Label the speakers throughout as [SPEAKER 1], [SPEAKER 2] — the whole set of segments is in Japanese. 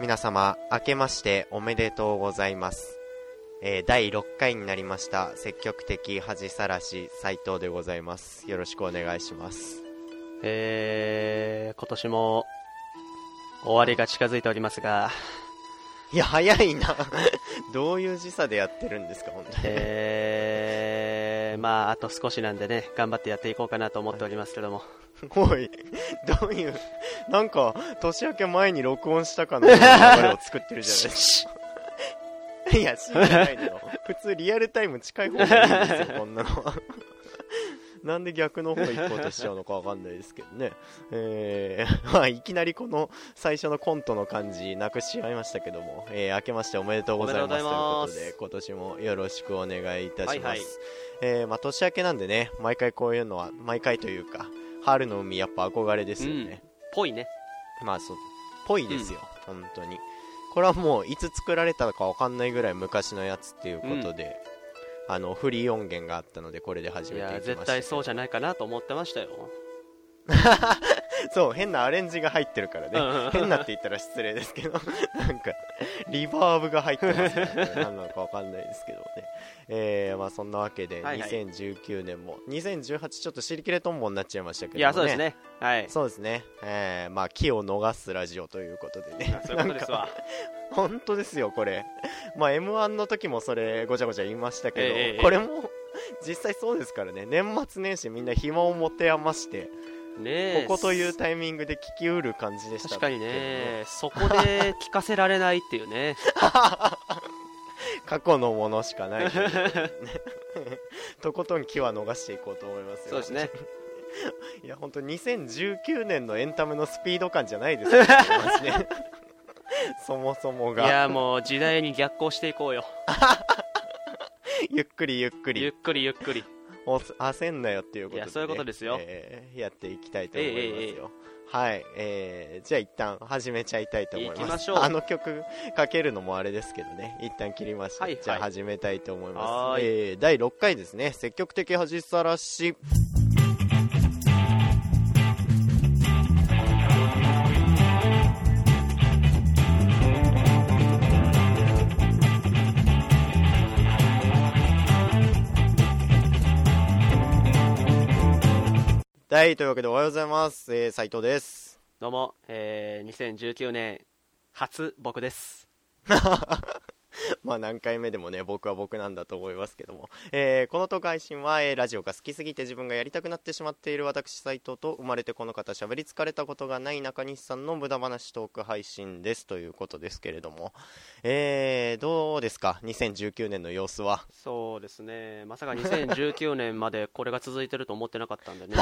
[SPEAKER 1] 皆様、明けましておめでとうございます。えー第6回になりました、積極的恥さらし斉藤でございます。よろしくお願いします。
[SPEAKER 2] えー、今年も終わりが近づいておりますが、
[SPEAKER 1] いや、早いな。 どういう時差でやってるんですか、本当に。
[SPEAKER 2] え ー、まあ、あと少しなんでね、頑張ってやっていこうかなと思っておりますけども。
[SPEAKER 1] おい、どういう、なんか、年明け前に録音したかのような流れを作ってるじゃないです
[SPEAKER 2] シ
[SPEAKER 1] か。いや、死んでないの よ。普通リアルタイム近い方がいいんですよ、こんなの は。なんで逆の方行こうとしちゃうのかわかんないですけどね。えー、 まあ、いきなりこの最初のコントの感じなくしちゃいましたけども、えー、明けましておめでとうございます
[SPEAKER 2] おめ
[SPEAKER 1] という
[SPEAKER 2] でとう
[SPEAKER 1] こ
[SPEAKER 2] ございます
[SPEAKER 1] とで、今年もよろしくお願いいたします。
[SPEAKER 2] はいはい
[SPEAKER 1] えー、まあ、年明けなんでね、毎回こういうのは、毎回というか、春の海やっぱ憧れですよね。
[SPEAKER 2] うんぽいね。
[SPEAKER 1] まあそう、ぽいですよ、本当に。これはもう、いつ作られたかわかんないぐらい昔のやつっていうことで、あの、フリー音源があったので、これで始
[SPEAKER 2] い
[SPEAKER 1] めていきま
[SPEAKER 2] や、
[SPEAKER 1] した。
[SPEAKER 2] 絶対そうじゃないかなと思ってましたよ。
[SPEAKER 1] そう、変なアレンジが入ってるから
[SPEAKER 2] うんうんう
[SPEAKER 1] ね
[SPEAKER 2] ん。
[SPEAKER 1] 変なって言ったら失礼ですけど、 なんか、リバーブが入ってますね。これ何なのかわかんないですけどね。えー、まあそんなわけで、
[SPEAKER 2] はいはい
[SPEAKER 1] 2019年も、2018ちょっと尻切れトンボになっちゃいましたけども
[SPEAKER 2] いや、そうです。ね。はい。
[SPEAKER 1] そうですね。えー、まあ、木を逃すラジオということでね
[SPEAKER 2] あ。そういうことですわ。
[SPEAKER 1] 本当ですよこれ まあ m 1の時もそれごちゃごちゃ言いましたけど、
[SPEAKER 2] ええええ
[SPEAKER 1] これも 実際そうですからね年末年始みんな暇を持て余してこ
[SPEAKER 2] ねえ
[SPEAKER 1] こというタイミングで聞きうる感じでした
[SPEAKER 2] 確かにね、そこで聞かせられないっていうね。
[SPEAKER 1] 過去のものしかない というね とことん気は逃していこうと思いますよ
[SPEAKER 2] そうですね。
[SPEAKER 1] いや本当2019年のエンタメのスピード感じゃないです よね マジでそもそも
[SPEAKER 2] い
[SPEAKER 1] が
[SPEAKER 2] や、もう時代に逆行していこうよ。
[SPEAKER 1] ゆっくりゆっくり
[SPEAKER 2] ゆっくりゆっくり。
[SPEAKER 1] お焦んなよっていうことで、ね、
[SPEAKER 2] いやそういうことですよ
[SPEAKER 1] えーやっていきたいと思いますよ、
[SPEAKER 2] えええええ
[SPEAKER 1] はい、えー、じゃあ一旦始めちゃいたいと思います
[SPEAKER 2] 行きましょう
[SPEAKER 1] あの曲かけるのもあれですけどね一旦切りました、
[SPEAKER 2] はいはい
[SPEAKER 1] じゃあ始めたいと思います
[SPEAKER 2] はーい
[SPEAKER 1] えー第6回ですね積極的恥さらしはいというわけでおはようございます、えー、斉藤です
[SPEAKER 2] どうも、えー、2019年初僕です。
[SPEAKER 1] まあ何回目でもね、僕は僕なんだと思いますけども。えーこの投稿配信は、えーラジオが好きすぎて自分がやりたくなってしまっている私斉藤と、生まれてこの方喋り疲れたことがない中西さんの無駄話トーク配信ですということですけれども。えーどうですか ?2019 年の様子は。
[SPEAKER 2] そうですね、ま さか2019年までこれが続いてると思ってなかったん でね、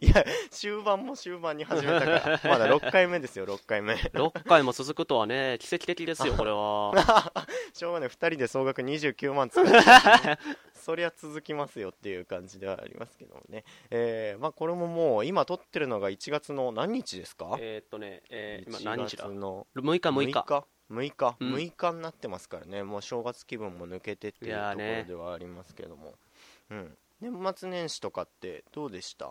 [SPEAKER 1] いや、終盤も終盤に始めたから。まだ6回目ですよ、6回目。
[SPEAKER 2] 6回も続くとはね、奇跡的ですよ、これは。
[SPEAKER 1] しょうがない2人で総額29万使ってるからねそりゃ続きますよっていう感じではありますけどもねえー、まあこれももう今撮ってるのが1月の何日ですか、
[SPEAKER 2] えーっとね、えー、
[SPEAKER 1] 1
[SPEAKER 2] 今何日だ
[SPEAKER 1] 月の
[SPEAKER 2] ?6 日、
[SPEAKER 1] 6
[SPEAKER 2] 6日。
[SPEAKER 1] 日6日
[SPEAKER 2] うん
[SPEAKER 1] 6日になってますからね、もう正月気分も抜けてっていう
[SPEAKER 2] い
[SPEAKER 1] と
[SPEAKER 2] やー
[SPEAKER 1] こ
[SPEAKER 2] ね
[SPEAKER 1] ろではありますけども、うん、年末年始とかってどうでした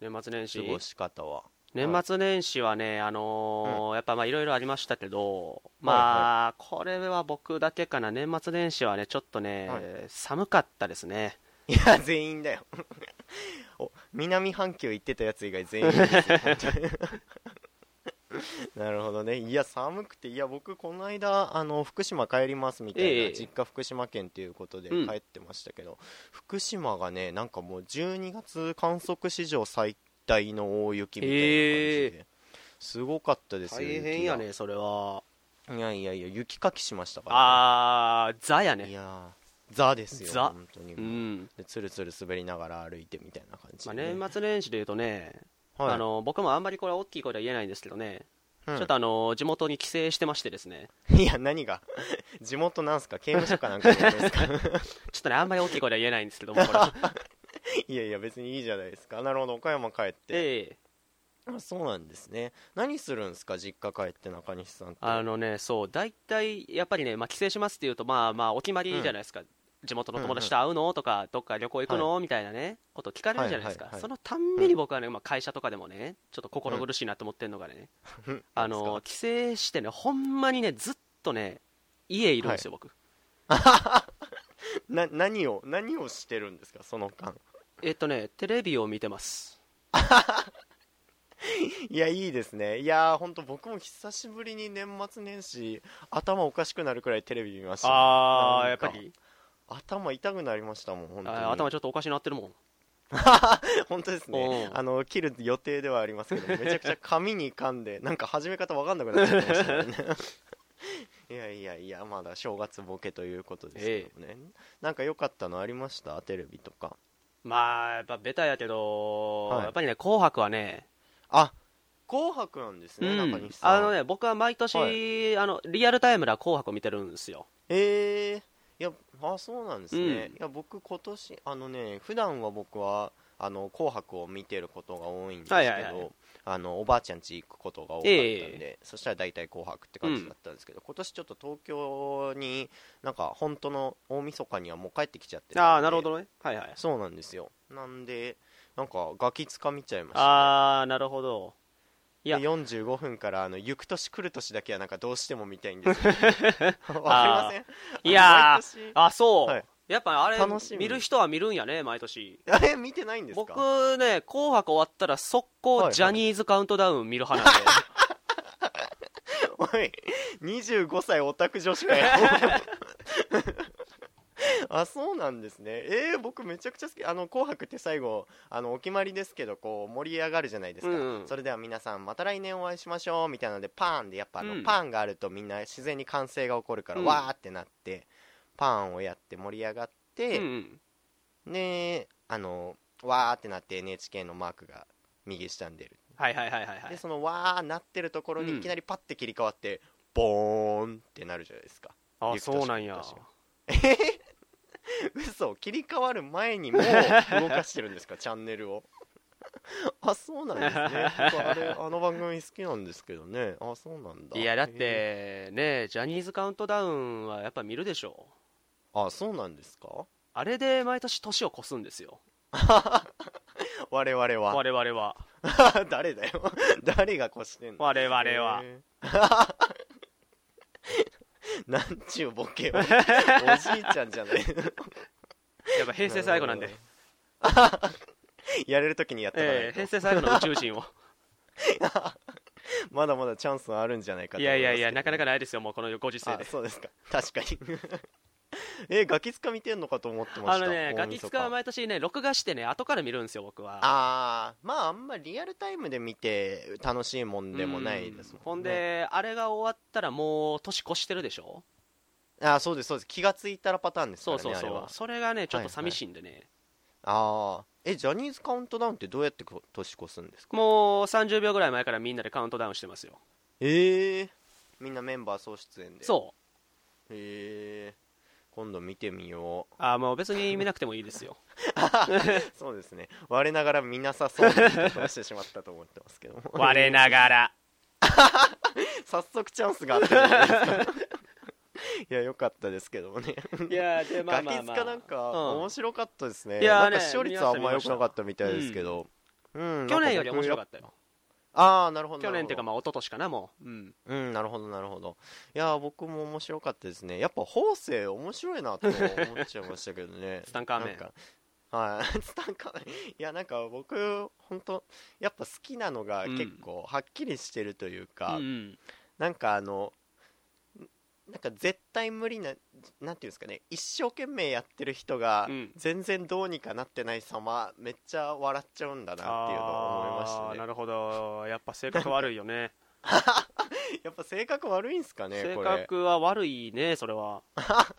[SPEAKER 2] 年末年
[SPEAKER 1] 過
[SPEAKER 2] 始。
[SPEAKER 1] ごし方は
[SPEAKER 2] 年末年始はね、あのーやっぱまあいろいろありましたけど、まあ、これは僕だけかな、年末年始はね、ちょっとね、
[SPEAKER 1] はい
[SPEAKER 2] 寒かったですね。
[SPEAKER 1] いや全員だよお南半球行ってたやつ以外全員です よ本当になるほどねいや寒くていや僕この間あの福島帰りますみたいな、
[SPEAKER 2] ええ
[SPEAKER 1] 実家福島県ということで
[SPEAKER 2] うん
[SPEAKER 1] 帰ってましたけど、福島がねなんかもう12月観測史上最大の大雪みたいな感じで、
[SPEAKER 2] え
[SPEAKER 1] すごかったです
[SPEAKER 2] 大
[SPEAKER 1] よ
[SPEAKER 2] 変やね、それは。
[SPEAKER 1] 雪がいやいやいや雪かきしましたか
[SPEAKER 2] あー、ザや
[SPEAKER 1] ら、ね、い
[SPEAKER 2] ね。
[SPEAKER 1] やーザですよ
[SPEAKER 2] ザ
[SPEAKER 1] 本当に
[SPEAKER 2] う。
[SPEAKER 1] もうんでつるつる滑りながら歩いてみたいな感じ
[SPEAKER 2] まあ、
[SPEAKER 1] でね、
[SPEAKER 2] 年末年始で言うとね、
[SPEAKER 1] はい、
[SPEAKER 2] あの僕もあんまりこれは大きい声では言えないんですけどね、
[SPEAKER 1] うん
[SPEAKER 2] ちょっとあの地元に帰省してましてですね、
[SPEAKER 1] いや何が 地元なんすか刑務所かなんかじゃないですか
[SPEAKER 2] ちょっとね、あんまり大きい声では言えないんですけども、これ
[SPEAKER 1] いやいや別にいいじゃないですかなるほど岡山帰って、
[SPEAKER 2] で、
[SPEAKER 1] あそうなんですね何するんすか実家帰って中西さんって
[SPEAKER 2] あのね、そう、大体やっぱりね、まあ、帰省しますっていうと、まあまあ、お決まりじゃないですか、地元の友達と会うのとか、どっか旅行行くの、みたいなね、こと聞かれるじゃないですか、
[SPEAKER 1] はいはいはい
[SPEAKER 2] そのたんびに僕はね、まあ、会社とかでもね、ちょっと心苦しいなと思ってるのがね、
[SPEAKER 1] うん
[SPEAKER 2] あの帰省してね、ほんまにね、ずっとね、家いるんですよ、僕。
[SPEAKER 1] な何を何をしてるんですかその間
[SPEAKER 2] えっとね、テレビを見てます。
[SPEAKER 1] いやいいですねいやーほんと僕も久しぶりに年末年始頭おかしくなるくらいテレビ見ました
[SPEAKER 2] あ
[SPEAKER 1] ー
[SPEAKER 2] やっぱり、
[SPEAKER 1] 頭痛くなりましたもん本当に
[SPEAKER 2] あー頭ちょっとおかしなってるもん。
[SPEAKER 1] 本当ですね
[SPEAKER 2] うん
[SPEAKER 1] あの切る予定ではありますけどめちゃくちゃ紙に噛んでなんか始め方わかんなくなっちゃってましたもんねいやいやいやまだ正月ボケということですけどもね、なんか良かったのありましたテレビとか
[SPEAKER 2] まあ、やっぱベタやけど、
[SPEAKER 1] はい
[SPEAKER 2] やっぱりね、紅白はね、
[SPEAKER 1] あ紅白なんですね、中西さん
[SPEAKER 2] あのね、僕は毎年、
[SPEAKER 1] は
[SPEAKER 2] あのリアルタイムでは紅白を見てるんですよ。
[SPEAKER 1] ええいやあそうなんですね、
[SPEAKER 2] うん
[SPEAKER 1] いや僕今年あのね普段は僕はあの紅白を見てることが多いんですけど、
[SPEAKER 2] はいはいはい
[SPEAKER 1] あのおばあちゃん家行くことが多かったんで、そしたら大体紅白って感じだったんですけど、今年ちょっと東京になんか本当の大晦日にはもう帰ってきちゃってたんで
[SPEAKER 2] ああ、なるほどね。はいはい。
[SPEAKER 1] そうなんですよなんでなんかガキつかみちゃいました、
[SPEAKER 2] ああ、なるほど。い
[SPEAKER 1] い
[SPEAKER 2] や
[SPEAKER 1] 45分からあの行く年来る年だけはなんかどうしても見たいん ですよわかりません
[SPEAKER 2] いや
[SPEAKER 1] あ
[SPEAKER 2] ー
[SPEAKER 1] の毎年
[SPEAKER 2] あそう、
[SPEAKER 1] はい
[SPEAKER 2] やっぱあれ
[SPEAKER 1] 楽し、み
[SPEAKER 2] 見る人は見るんやね、毎年。
[SPEAKER 1] あれ見てないんです
[SPEAKER 2] 僕
[SPEAKER 1] か
[SPEAKER 2] ね、紅白終わったら、速
[SPEAKER 1] はい
[SPEAKER 2] 攻
[SPEAKER 1] はい
[SPEAKER 2] ジャニーズカウントダウン見る派 なんで、
[SPEAKER 1] お い25歳オタク女子かよ あそうなんですねえー、僕めちゃくちゃ好きあの「紅白」って最後あのお決まりですけどこう盛り上がるじゃないですか、
[SPEAKER 2] うんうん
[SPEAKER 1] それでは皆さんまた来年お会いしましょうみたいなのでパーンでやっぱあの、
[SPEAKER 2] うん
[SPEAKER 1] パーンがあるとみんな自然に歓声が起こるから、
[SPEAKER 2] うん
[SPEAKER 1] わーってなってパーンをやって盛り上がって、
[SPEAKER 2] うんうん
[SPEAKER 1] ねあのわーってなって NHK のマークが右下に出る
[SPEAKER 2] はいはいはいはいは
[SPEAKER 1] で
[SPEAKER 2] い。
[SPEAKER 1] そのわーなってるところ
[SPEAKER 2] う
[SPEAKER 1] に
[SPEAKER 2] ん
[SPEAKER 1] いきなりパッて切り替わって、ボーンってなるじゃないですか
[SPEAKER 2] あ
[SPEAKER 1] ゆきとし
[SPEAKER 2] そうなんや
[SPEAKER 1] ゆきとし。嘘切り替わる前 にもう動かしてるんですかチャンネルを あそうなんですね僕あ れあの番組好きなんですけどねあそうなんだ
[SPEAKER 2] いや、だっ
[SPEAKER 1] へ
[SPEAKER 2] て、ね、ジャニーズカウントダウンはやっぱ見るでしょ。
[SPEAKER 1] ーあそうなんですか
[SPEAKER 2] あれで毎年年を越すんですよ。
[SPEAKER 1] 我々は
[SPEAKER 2] 我々は。
[SPEAKER 1] 誰だよ誰が越してんの
[SPEAKER 2] 我々は。
[SPEAKER 1] へー なんちゅうボ ケをおじいちゃんじゃない
[SPEAKER 2] やっぱ平成最後なんで。
[SPEAKER 1] やれるときにやってかないと、
[SPEAKER 2] ええ平成最後の宇 宙人を
[SPEAKER 1] まだまだチャンスはあるんじゃないかと
[SPEAKER 2] い
[SPEAKER 1] 思いま
[SPEAKER 2] や
[SPEAKER 1] す
[SPEAKER 2] い
[SPEAKER 1] けど
[SPEAKER 2] やいやなかなかないですよもうこのご時世
[SPEAKER 1] あ
[SPEAKER 2] で
[SPEAKER 1] そうですか 確かにえガキつか見てんのかと思ってま
[SPEAKER 2] あ
[SPEAKER 1] した
[SPEAKER 2] のね
[SPEAKER 1] 大
[SPEAKER 2] ガ
[SPEAKER 1] 晦日
[SPEAKER 2] キ使は毎年ね録画してね後から見るんですよ僕は
[SPEAKER 1] あーまああんまリアルタイムで見て楽しいもんでもないですもん、
[SPEAKER 2] うんほんであれが終わったらもう年越してるでしょ
[SPEAKER 1] あーそうですそうです気がついたらパターンですか
[SPEAKER 2] そ
[SPEAKER 1] ら
[SPEAKER 2] う
[SPEAKER 1] ねあれ
[SPEAKER 2] そうそう
[SPEAKER 1] は
[SPEAKER 2] それがねちょっと寂しいんでね
[SPEAKER 1] ああえジャニーズカウントダウンってどうやってこ年越すんですか
[SPEAKER 2] もう30秒ぐらい前からみんなでカウントダウンしてますよ
[SPEAKER 1] ええみんなメンバー総出演でう
[SPEAKER 2] そう
[SPEAKER 1] へえ今度見てみよう
[SPEAKER 2] あもう別に見なくてもいいで すよ
[SPEAKER 1] そうですね我ながら見なさそうなことをしてしまったと思ってますけども
[SPEAKER 2] 我ながら
[SPEAKER 1] 早速チャンスがあったじゃないですかいや良かったですけどもね、
[SPEAKER 2] いやでまあまあ
[SPEAKER 1] ガ
[SPEAKER 2] まあ
[SPEAKER 1] キ塚なんか
[SPEAKER 2] うん
[SPEAKER 1] 面白かったですね、
[SPEAKER 2] いや
[SPEAKER 1] な
[SPEAKER 2] ー
[SPEAKER 1] ん
[SPEAKER 2] ね
[SPEAKER 1] か視聴率はあんま良くなかったみたいですけど、うん
[SPEAKER 2] 去年より面白か
[SPEAKER 1] っ
[SPEAKER 2] ったよ
[SPEAKER 1] たああーなるほど
[SPEAKER 2] 去年っていうか
[SPEAKER 1] ま
[SPEAKER 2] まあ一昨年かなもううん
[SPEAKER 1] うんなるほどなるほどいやー僕も面白かったですねやっぱ方正面白いなと思っちゃいましたけど ね
[SPEAKER 2] ツタンカーメン
[SPEAKER 1] なんかはいツタンカーメンい やなんか僕本当やっぱ好きなのが結構はっきりしてるという
[SPEAKER 2] うん
[SPEAKER 1] か、
[SPEAKER 2] うん
[SPEAKER 1] なんかあのんなんか絶対無理ななんていうんですかね一生懸命やってる人が
[SPEAKER 2] うん
[SPEAKER 1] 全然どうにかなってない様めっちゃ笑っちゃうんだなっていうのを思いました
[SPEAKER 2] あー
[SPEAKER 1] ね
[SPEAKER 2] なるほどやっぱ性格悪いよね
[SPEAKER 1] やっぱ性格悪いんすかね
[SPEAKER 2] 性
[SPEAKER 1] これ
[SPEAKER 2] 格は悪いねそれは
[SPEAKER 1] 確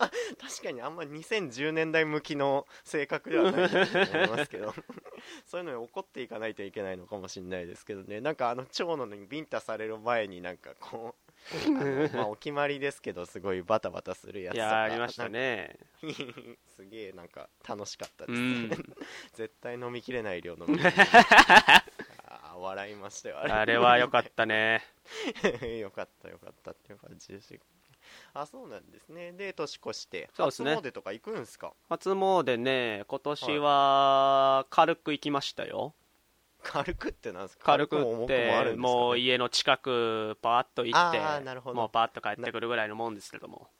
[SPEAKER 1] かにあんま2010年代向きの性格ではないなと思いますけど そういうのに怒っていかないといけないのかもしれないですけどねなんかあの長野にビンタされる前になんかこう あのまあお決まりですけどすごいバタバタするやつ
[SPEAKER 2] い
[SPEAKER 1] とか
[SPEAKER 2] やありました ね
[SPEAKER 1] すげえなんか楽しかった
[SPEAKER 2] う
[SPEAKER 1] です、
[SPEAKER 2] ん
[SPEAKER 1] 絶対飲みきれない量 飲みあー笑いましたよあれ
[SPEAKER 2] あれは良かったね
[SPEAKER 1] よかったよかったっていう感じでしあそうなんですねで年越して
[SPEAKER 2] そうですね
[SPEAKER 1] 初詣とか行くんすか
[SPEAKER 2] 初詣ね、今年は軽く行きましたよ。
[SPEAKER 1] 軽くってなんですか
[SPEAKER 2] 軽く
[SPEAKER 1] も重くもある
[SPEAKER 2] っ
[SPEAKER 1] ん
[SPEAKER 2] て、
[SPEAKER 1] ですかね、
[SPEAKER 2] もう家の近く、パーッと行って
[SPEAKER 1] あーなるほ、ど
[SPEAKER 2] もうパーッと帰ってくるぐらいのもんですけども。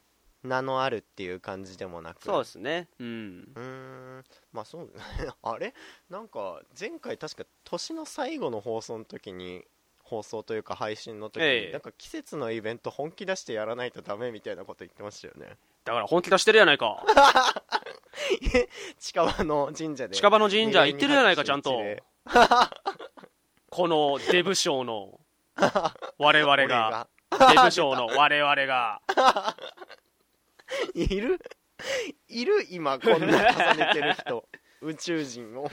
[SPEAKER 1] 名のあるっていう感じでもなく
[SPEAKER 2] そうですね。うん。
[SPEAKER 1] うーんまあそう あれなんか前回確か年の最後の放送の時に放送というか配信の時に、
[SPEAKER 2] ええ
[SPEAKER 1] なんか季節のイベント本気出してやらないとダメみたいなこと言ってましたよね
[SPEAKER 2] だから本気出してるやないか。
[SPEAKER 1] 近場の神社で
[SPEAKER 2] 近場の神社行ってるやないか、
[SPEAKER 1] 二
[SPEAKER 2] ちゃ
[SPEAKER 1] 百
[SPEAKER 2] んと
[SPEAKER 1] 七十一。で
[SPEAKER 2] このデブ賞の、 我々
[SPEAKER 1] 俺
[SPEAKER 2] が
[SPEAKER 1] が、
[SPEAKER 2] デブ賞の我々が、
[SPEAKER 1] いる いる今こんな重ねてる 人宇宙人を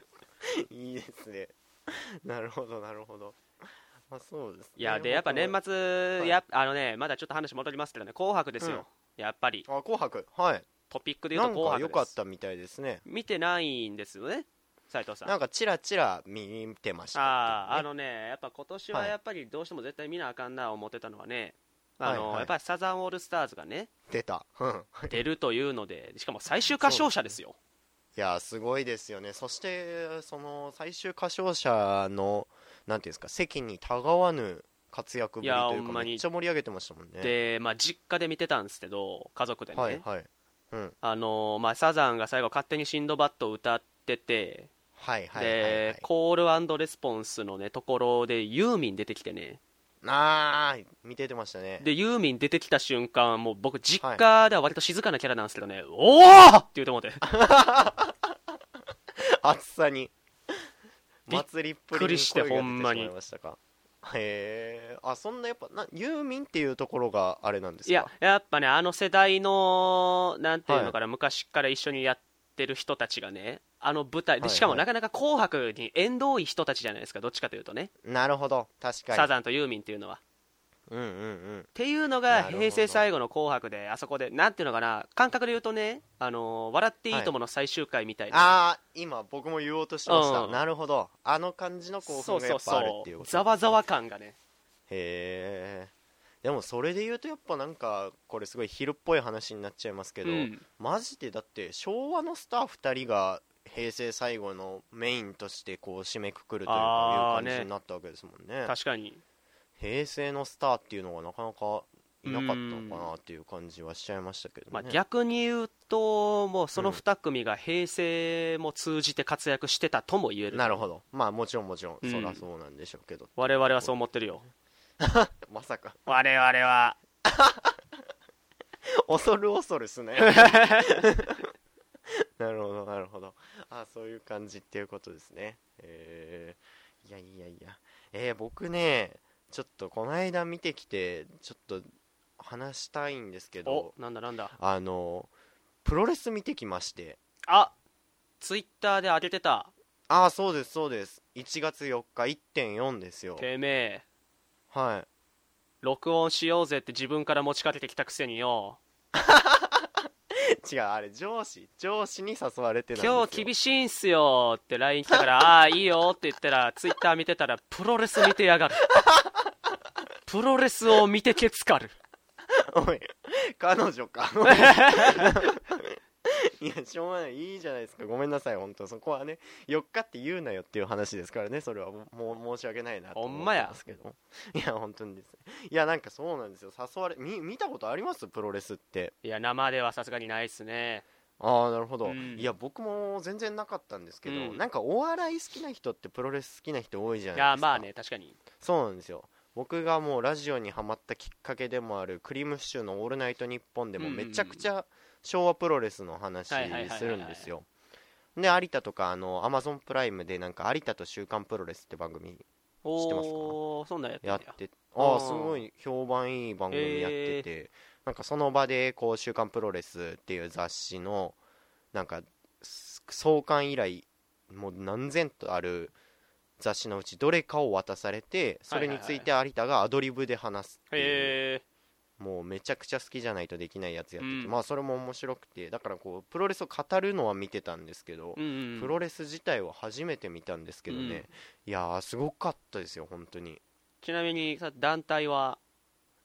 [SPEAKER 1] いいですねなるほどなるほどまあそうですね
[SPEAKER 2] いや、で、やっぱ年末、
[SPEAKER 1] はい
[SPEAKER 2] やっぱあのね、まだちょっと話戻りますけどね、紅白ですよ。やっぱり、
[SPEAKER 1] 僕はあ紅白はい
[SPEAKER 2] トピックで言
[SPEAKER 1] な
[SPEAKER 2] うんと
[SPEAKER 1] か
[SPEAKER 2] 紅
[SPEAKER 1] 良
[SPEAKER 2] 白
[SPEAKER 1] か
[SPEAKER 2] で
[SPEAKER 1] っ
[SPEAKER 2] す。
[SPEAKER 1] たみたいですね
[SPEAKER 2] 見てないんですよね、斉藤さん。
[SPEAKER 1] なんかチラチラ見てました
[SPEAKER 2] あああ
[SPEAKER 1] の
[SPEAKER 2] のねやっぱ今年は
[SPEAKER 1] はい
[SPEAKER 2] やっぱりどうしても絶対見なあかんな思ってたのはね、あ
[SPEAKER 1] は
[SPEAKER 2] の
[SPEAKER 1] いはい
[SPEAKER 2] やっぱりサザンオールスターズがね
[SPEAKER 1] 出たうん
[SPEAKER 2] 出るというのでしかも最終歌唱者ですよ
[SPEAKER 1] いやすごいですよねそしてその最終歌唱者のなんていうんですか席にたがわぬ活躍ぶり
[SPEAKER 2] いや
[SPEAKER 1] とい
[SPEAKER 2] ほ
[SPEAKER 1] うんか
[SPEAKER 2] まに
[SPEAKER 1] めっちゃ盛り上げてましたもんね
[SPEAKER 2] で,、まあ実家で見てたんですけど家族でね、
[SPEAKER 1] はいはいうん
[SPEAKER 2] あのまあ、サザンが最後勝手にシンドバッドを歌ってて、
[SPEAKER 1] はいはいはいはい、
[SPEAKER 2] で、コールレスポンスのねところでユーミン出てきてね
[SPEAKER 1] あー見ててましたね
[SPEAKER 2] でユーミン出てきた瞬間もう僕実家では割と静かなキャラなんですけどね、おおって言うと思って
[SPEAKER 1] 暑さに
[SPEAKER 2] びっ
[SPEAKER 1] 祭りっぷりに声が
[SPEAKER 2] ほんま
[SPEAKER 1] 出て
[SPEAKER 2] に
[SPEAKER 1] しまいましたかへえあそんなやっぱなユーミンっていうところがあれなんですか
[SPEAKER 2] いややっぱねあの世代のなんていうのかな、昔から一緒にやってる人たちがねあの舞台
[SPEAKER 1] はいは
[SPEAKER 2] で
[SPEAKER 1] い
[SPEAKER 2] しかもなかなか「紅白」に縁遠い人たちじゃないですかどっちかというとね、
[SPEAKER 1] なるほど確かに
[SPEAKER 2] サザンとユーミンっていうのは。
[SPEAKER 1] うんうんうん
[SPEAKER 2] っていうの
[SPEAKER 1] な
[SPEAKER 2] が
[SPEAKER 1] るほど
[SPEAKER 2] 平成最後の「紅白」であそこでなんていうのかな感覚で言うとね「あの笑っていいとも!」の最終回みたいな、
[SPEAKER 1] ああ今僕も言おうとしてました、
[SPEAKER 2] うん
[SPEAKER 1] なるほどあの感じの興
[SPEAKER 2] そう
[SPEAKER 1] 奮がや
[SPEAKER 2] そ
[SPEAKER 1] っぱ
[SPEAKER 2] う
[SPEAKER 1] あるっ
[SPEAKER 2] そ
[SPEAKER 1] ていう
[SPEAKER 2] う
[SPEAKER 1] こと
[SPEAKER 2] ざわざわ感がね
[SPEAKER 1] へえでもそれで言うとやっぱなんかこれすごい昼っぽい話になっちゃいますけど、
[SPEAKER 2] うん
[SPEAKER 1] マジでだって昭和のスター2人が平成最後のメインとしてこう締めくくるというか
[SPEAKER 2] あー
[SPEAKER 1] いう感
[SPEAKER 2] ね
[SPEAKER 1] じになったわけですもんね
[SPEAKER 2] 確かに
[SPEAKER 1] 平成のスターっていうのがなかなかいなかったのかなっていう感じはしちゃいましたけどね、
[SPEAKER 2] まあ、逆に言うともうその2組が平成も通じて活躍してたとも言える
[SPEAKER 1] なるほどまあもちろんもちろん、
[SPEAKER 2] うん
[SPEAKER 1] そりゃそうなんでしょうけど
[SPEAKER 2] 我々はそう思ってるよ
[SPEAKER 1] まさか
[SPEAKER 2] 我々は
[SPEAKER 1] 恐る恐るすね なるほどなるほどあそういう感じっていうことですねえー、いやいやいやえー、僕ねちょっとこの間見てきてちょっと話したいんですけ
[SPEAKER 2] お
[SPEAKER 1] ど
[SPEAKER 2] なんだなんだ
[SPEAKER 1] あのプロレス見てきまして
[SPEAKER 2] あツイッターで上げてた
[SPEAKER 1] ああそうですそうです1月4日1.4ですよ
[SPEAKER 2] てめえ
[SPEAKER 1] はい
[SPEAKER 2] 録音しようぜって自分から持ちかけてきたくせによ
[SPEAKER 1] 違うあれ上司上司に誘われてなんですよ
[SPEAKER 2] 今日厳しいんすよって LINE 来たからああーいいよって言ったらツイッター見てたらプロレス見てや がるプロレスを見てけつ かる
[SPEAKER 1] おい彼女かいやしょうがないいいじゃないですかごめんなさい本当そこはね4日って言うなよっていう話ですからねそれはもうもう申し訳ないなと
[SPEAKER 2] ほ
[SPEAKER 1] 思
[SPEAKER 2] ん
[SPEAKER 1] い
[SPEAKER 2] まや
[SPEAKER 1] ますけどいや本当にですいやなんかそうなんですよ誘われみ見たことありますプロレスって
[SPEAKER 2] いや生ではさすがにないっすね
[SPEAKER 1] ああなるほど、
[SPEAKER 2] うん
[SPEAKER 1] いや僕も全然なかったんですけど、
[SPEAKER 2] うん
[SPEAKER 1] なんかお笑い好きな人ってプロレス好きな人多いじゃ
[SPEAKER 2] い
[SPEAKER 1] ない
[SPEAKER 2] や
[SPEAKER 1] ですか
[SPEAKER 2] まあね確かに
[SPEAKER 1] そうなんですよ僕がもうラジオにハマったきっかけでもあるクリームシチューの「オールナイトニッポン」でも
[SPEAKER 2] うんうんう
[SPEAKER 1] め
[SPEAKER 2] ん
[SPEAKER 1] ちゃくちゃ昭和プロレスの話
[SPEAKER 2] はいはいはいはいはい
[SPEAKER 1] するんですよで有田とかあのアマゾンプライムでなんか有田と「週刊プロレス」って番組知ってますか
[SPEAKER 2] おーそんなんやってん
[SPEAKER 1] や
[SPEAKER 2] や
[SPEAKER 1] ってあ
[SPEAKER 2] う
[SPEAKER 1] あ
[SPEAKER 2] ん
[SPEAKER 1] すごい評判いい番組やってて、なんかその場でこう「週刊プロレス」っていう雑誌のなんかす創刊以来もう何千とある雑誌のうちどれかを渡されてそれについて有田がアドリブで話すっていう、
[SPEAKER 2] へえ
[SPEAKER 1] もうめちゃくちゃ好きじゃないとできないやつやってて、
[SPEAKER 2] うん
[SPEAKER 1] まあそれも面白くてだからこうプロレスを語るのは見てたんですけど、
[SPEAKER 2] うんうん
[SPEAKER 1] プロレス自体は初めて見たんですけどね、いやーすごかったですよ本当に
[SPEAKER 2] ちなみにさ団体は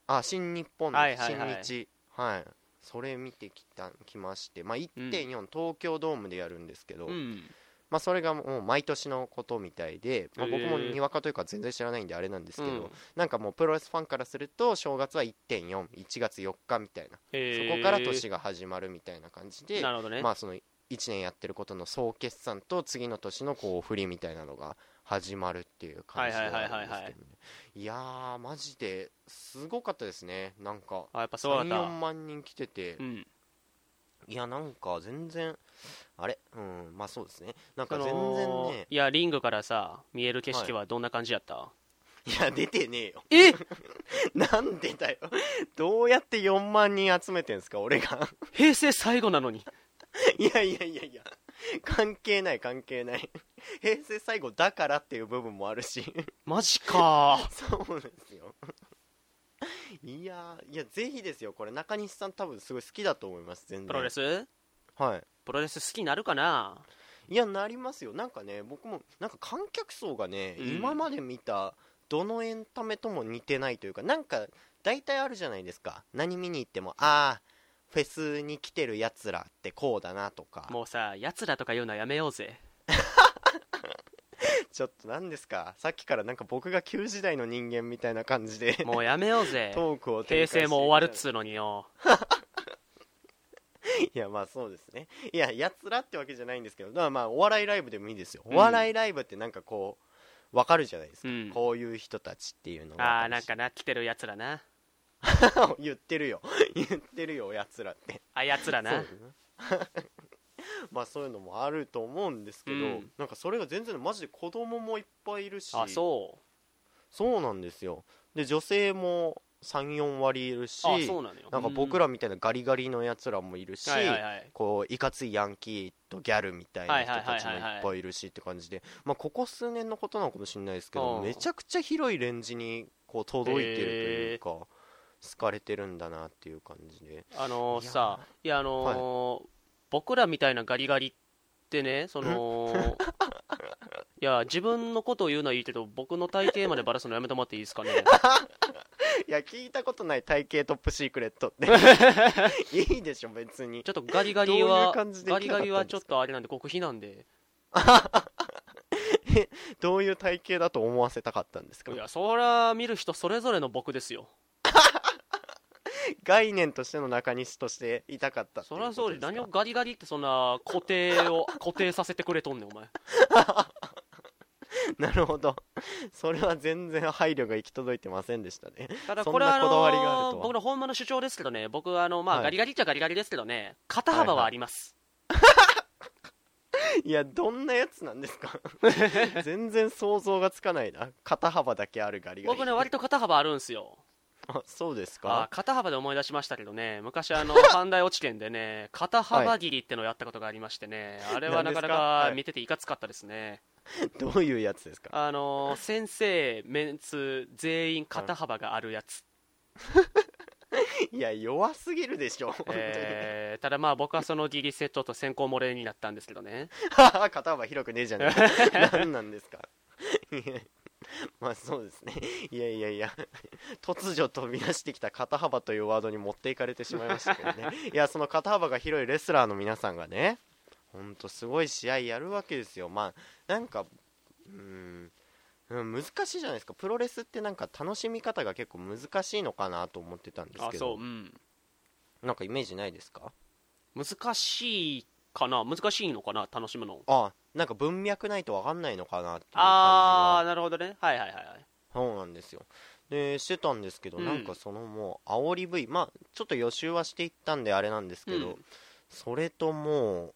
[SPEAKER 1] あ新日本の
[SPEAKER 2] はい
[SPEAKER 1] 新日、
[SPEAKER 2] はいはい
[SPEAKER 1] はいそれ見てきたきまして、まあ、1.4、東京ドームでやるんですけど、
[SPEAKER 2] うん
[SPEAKER 1] まあ、それがもう毎年のことみたいで、まあ、
[SPEAKER 2] へ
[SPEAKER 1] 僕
[SPEAKER 2] ー
[SPEAKER 1] もにわかというか全然知らないんであれなんですけど、
[SPEAKER 2] うん
[SPEAKER 1] なんかもうプロレスファンからすると正月は1.41月4日みたいな、
[SPEAKER 2] へー
[SPEAKER 1] そこから年が始まるみたいな感じで
[SPEAKER 2] なるほどね、
[SPEAKER 1] まあその1年やってることの総決算と次の年のこう振りみたいなのが始まるっていう感じなんですけどね、
[SPEAKER 2] はいはいはいはいはい
[SPEAKER 1] やーマジですごかったですねなんか
[SPEAKER 2] あ、やっぱそうだった
[SPEAKER 1] 34万人来てて、
[SPEAKER 2] うん、
[SPEAKER 1] いやなんか全然あれうんまあそうですねなん
[SPEAKER 2] そ
[SPEAKER 1] か全然
[SPEAKER 2] の
[SPEAKER 1] ね
[SPEAKER 2] いやリングからさ見える景色はどんな感じやった、
[SPEAKER 1] いや出てねえよ
[SPEAKER 2] え
[SPEAKER 1] なんでだよどうやって4万人集めてんすか俺が
[SPEAKER 2] 平成最後なのに
[SPEAKER 1] いやいやいやいや関係ない関係ない 平成最後だからっていう部分もあるし
[SPEAKER 2] マジか
[SPEAKER 1] そうですよ。いやーいや、ぜひですよ、これ、中西さん、多分すごい好きだと思います、全然。
[SPEAKER 2] プロレス
[SPEAKER 1] は。
[SPEAKER 2] プロレス好きになるかない
[SPEAKER 1] いや、なりますよ、なんかね、僕も、なんか観客層がね、
[SPEAKER 2] うん
[SPEAKER 1] 今まで見た、どのエンタメとも似てないというか、なんか、大体あるじゃないですか、何見に行っても、あー、フェスに来てるやつらってこうだなとか、
[SPEAKER 2] もうさやつらとか言うのはやめようぜ
[SPEAKER 1] ちょっと何ですか、さっきからなんか僕が旧時代の人間みたいな感じで、
[SPEAKER 2] もうやめよ うぜ
[SPEAKER 1] トークを展開
[SPEAKER 2] 平
[SPEAKER 1] して
[SPEAKER 2] 成も終わるっつうのによ
[SPEAKER 1] いやまあそうですねいややつらってわけじゃないんですけどだからまあお笑いライブでもいいですよ、
[SPEAKER 2] うん
[SPEAKER 1] お笑いライブってなんかこうわかるじゃないですか、
[SPEAKER 2] うん
[SPEAKER 1] こういう人たちっていうのが
[SPEAKER 2] ああなんかな来てるやつらな
[SPEAKER 1] 言ってるよ 言ってるよやつらって
[SPEAKER 2] あやつら
[SPEAKER 1] そう
[SPEAKER 2] な
[SPEAKER 1] ですね まあそういうのもあると思うんですけど、
[SPEAKER 2] うん
[SPEAKER 1] なんかそれが全然マジで子供もいっぱいいるし
[SPEAKER 2] あそう
[SPEAKER 1] そうなんですよで女性も34割いるし
[SPEAKER 2] あそうなのよ
[SPEAKER 1] なんか僕
[SPEAKER 2] ら
[SPEAKER 1] らみたいなガリガリのやつらもいるし、
[SPEAKER 2] はいはいはい
[SPEAKER 1] こういかついヤンキーとギャルみたいな人たちもいっぱいいるしって感じで、まあ、ここ数年のことなのかもしれないですけど
[SPEAKER 2] うん
[SPEAKER 1] めちゃくちゃ広いレンジにこう届いてるというか、好かれてるんだなっていう感じで
[SPEAKER 2] あの
[SPEAKER 1] い
[SPEAKER 2] ー
[SPEAKER 1] やー
[SPEAKER 2] さいやあのー僕らみたいなガリガリってねそ のいや自分のことを言うのはいいけど僕の体型までバラすのやめてもらっていいですかね
[SPEAKER 1] いや聞いたことない体型トップシークレット っていいでしょ別に
[SPEAKER 2] ちょっとガリガリは
[SPEAKER 1] どういう感じで
[SPEAKER 2] ガリガリ
[SPEAKER 1] 来なかったんですか
[SPEAKER 2] はちょっとあれなんで極秘なんで
[SPEAKER 1] どういう体型だと思わせたかったんですか
[SPEAKER 2] いやそりゃ見る人それぞれの僕ですよ
[SPEAKER 1] 概念としての中西としていたかったってい
[SPEAKER 2] そ
[SPEAKER 1] こ
[SPEAKER 2] り
[SPEAKER 1] と
[SPEAKER 2] ゃそうです
[SPEAKER 1] すか
[SPEAKER 2] 何をガリガリってそんな固定を 固定させてくれとんねんお前
[SPEAKER 1] なるほどそれは全然配慮が行き届いてませんでしたね
[SPEAKER 2] ただ
[SPEAKER 1] そんな
[SPEAKER 2] これはあの
[SPEAKER 1] こだわりがあるとは
[SPEAKER 2] 僕の本間の主張ですけどね僕はあのま
[SPEAKER 1] は
[SPEAKER 2] あ
[SPEAKER 1] い
[SPEAKER 2] ガリガリっちゃガリガリですけどね肩幅はあります、
[SPEAKER 1] いやどんなやつなんです か全然想像がつかないな肩幅だけあるガリガリ
[SPEAKER 2] 僕ね割と肩幅あるんすよ
[SPEAKER 1] あそうです
[SPEAKER 2] あ
[SPEAKER 1] か
[SPEAKER 2] 肩幅で思い出しましたけどね昔あの 阪大落ち県でね肩幅切りってのをやったことがありましてね、あれはなか
[SPEAKER 1] 何です
[SPEAKER 2] な
[SPEAKER 1] かは
[SPEAKER 2] か
[SPEAKER 1] い
[SPEAKER 2] 見てていかつかったですね、
[SPEAKER 1] どういうやつですか
[SPEAKER 2] あの先生メンツ全員肩幅があるやつ、
[SPEAKER 1] いや弱すぎるでしょ、
[SPEAKER 2] えーただまあ僕はそのギリセットと先行漏れになったんですけどね
[SPEAKER 1] 本当に肩幅広くねえじゃねえか何なんですかいやまあそうですねいやいやいや突如飛び出してきた肩幅というワードに持っていかれてしまいましたけど ねいやその肩幅が広いレスラーの皆さんがねほんとすごい試合やるわけですよまあなんかうーんうん難しいじゃないですかプロレスってなんか楽しみ方が結構難しいのかなと思ってたんです
[SPEAKER 2] あ
[SPEAKER 1] け
[SPEAKER 2] そ
[SPEAKER 1] ど
[SPEAKER 2] ううん
[SPEAKER 1] なんかイメージないですか
[SPEAKER 2] 難しいかな難しいのかな楽しむの
[SPEAKER 1] あなんか文脈ないと分かんないのかなっていう感じ
[SPEAKER 2] あ
[SPEAKER 1] は
[SPEAKER 2] あなるほどねはいはいはいはい
[SPEAKER 1] そうなんですよでしてたんですけど、
[SPEAKER 2] うん
[SPEAKER 1] なんかそのもう煽り V まあちょっと予習はしていったんであれなんですけど、
[SPEAKER 2] うん
[SPEAKER 1] それともう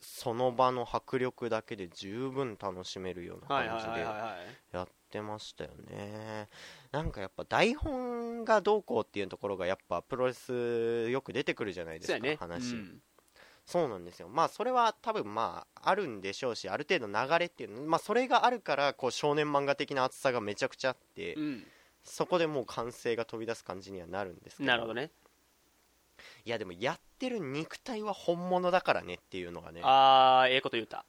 [SPEAKER 1] その場の迫力だけで十分楽しめるような
[SPEAKER 2] はいは
[SPEAKER 1] 感
[SPEAKER 2] い
[SPEAKER 1] じ
[SPEAKER 2] はい
[SPEAKER 1] で
[SPEAKER 2] はいはい
[SPEAKER 1] やってましたよねなんかやっぱ台本がどうこうっていうところがやっぱプロレスよく出てくるじゃないで
[SPEAKER 2] そ
[SPEAKER 1] す
[SPEAKER 2] うや
[SPEAKER 1] か、
[SPEAKER 2] ね
[SPEAKER 1] 話、
[SPEAKER 2] うん
[SPEAKER 1] そうなんですよまあそれは多分まああるんでしょうしある程度流れっていうの、まあ、それがあるからこう少年漫画的な厚さがめちゃくちゃあって、
[SPEAKER 2] うん
[SPEAKER 1] そこでもう完成が飛び出す感じにはなるんですけど
[SPEAKER 2] なるほどね
[SPEAKER 1] いやでもやってる肉体は本物だからねっていうのがねあ
[SPEAKER 2] ああええこと言うた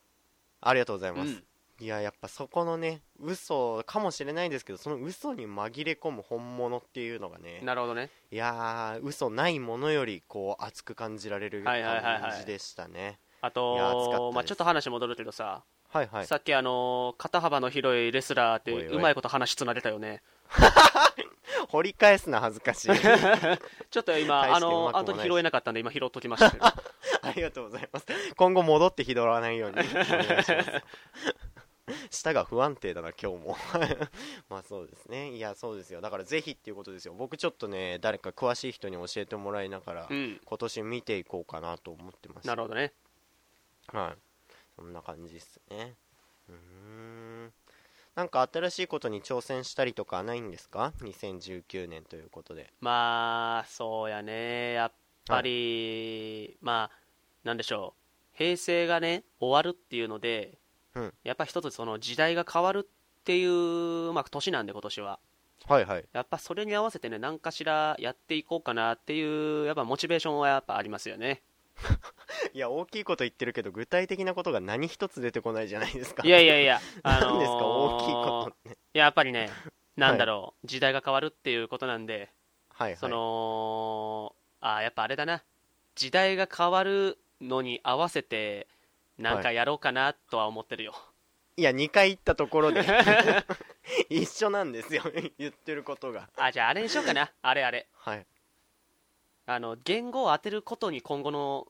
[SPEAKER 1] りがとうございます、
[SPEAKER 2] うん
[SPEAKER 1] いややっぱそこのね嘘かもしれないですけどその嘘に紛れ込む本物っていうのがね
[SPEAKER 2] なるほどね
[SPEAKER 1] いやー嘘ないものよりこう熱く感じられる
[SPEAKER 2] はいはいはいはい
[SPEAKER 1] 感じでしたねい
[SPEAKER 2] あ
[SPEAKER 1] や暑かったで
[SPEAKER 2] と
[SPEAKER 1] す
[SPEAKER 2] まあちょっと話戻るけどさ、
[SPEAKER 1] はいはい
[SPEAKER 2] さっきあのー肩幅の広いレスラーって
[SPEAKER 1] おいおいう
[SPEAKER 2] まいこと話つなでたよね
[SPEAKER 1] 掘り返すな恥ずかしい
[SPEAKER 2] ちょっと今
[SPEAKER 1] 大して
[SPEAKER 2] あの
[SPEAKER 1] う
[SPEAKER 2] ー
[SPEAKER 1] ま
[SPEAKER 2] あ
[SPEAKER 1] くもないし
[SPEAKER 2] の時拾えなかったんで今拾っときましたけ ど
[SPEAKER 1] ありがとうございます今後戻って拾わないようにお願いします舌が不安定だな今日も まあそうですねいやそうですよだからぜひっていうことですよ僕ちょっとね誰か詳しい人に教えてもらいながら、
[SPEAKER 2] うん
[SPEAKER 1] 今年見ていこうかなと思ってます
[SPEAKER 2] なるほどね
[SPEAKER 1] はいそんな感じですねうーんなんか新しいことに挑戦したりとかはないんですか2019年ということで
[SPEAKER 2] まあそうやねやっぱり、まあなんでしょう平成がね終わるっていうので、
[SPEAKER 1] うん
[SPEAKER 2] やっぱ一つその時代が変わるっていう、まあ、年なんで今年は
[SPEAKER 1] はいはい
[SPEAKER 2] やっぱそれに合わせてね何かしらやっていこうかなっていうやっぱモチベーションはやっぱありますよね
[SPEAKER 1] いや大きいこと言ってるけど具体的なことが何一つ出てこないじゃないですか
[SPEAKER 2] いやいやいやあのー
[SPEAKER 1] 何ですか大きいことって
[SPEAKER 2] やっぱりねなんだろう、時代が変わるっていうことなんで
[SPEAKER 1] はいはい
[SPEAKER 2] そのあーやっぱあれだな時代が変わるのに合わせてなんかやろうかなとは思ってるよ、
[SPEAKER 1] いや2回行ったところ で一緒なんですよ言ってることが
[SPEAKER 2] あじゃああれにしようかな あれあれ
[SPEAKER 1] はい
[SPEAKER 2] あの言語を当てることに今後の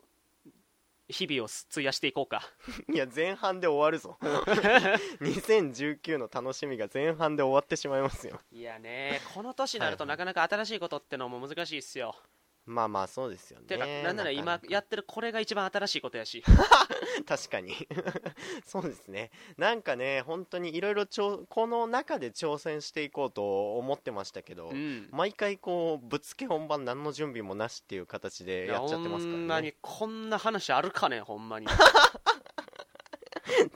[SPEAKER 2] 日々を費やしていこうか
[SPEAKER 1] いや前半で終わる ぞ2019の楽しみが前半で終わってしまいますよ
[SPEAKER 2] いやねこの年になると
[SPEAKER 1] はいは
[SPEAKER 2] なかなか新しいことってのも難しいっすよ
[SPEAKER 1] まあまあそうですよね
[SPEAKER 2] てかなんなら今
[SPEAKER 1] か
[SPEAKER 2] やってるこれが一番新しいことやし
[SPEAKER 1] 確かに そうですねなんかね本当にいろいろこの中で挑戦していこうと思ってましたけど、
[SPEAKER 2] うん
[SPEAKER 1] 毎回こうぶっつけ本番何の準備もなしっていう形でやっちゃってます
[SPEAKER 2] いやほん
[SPEAKER 1] から
[SPEAKER 2] ま
[SPEAKER 1] ね
[SPEAKER 2] にこんな話あるかねほんまに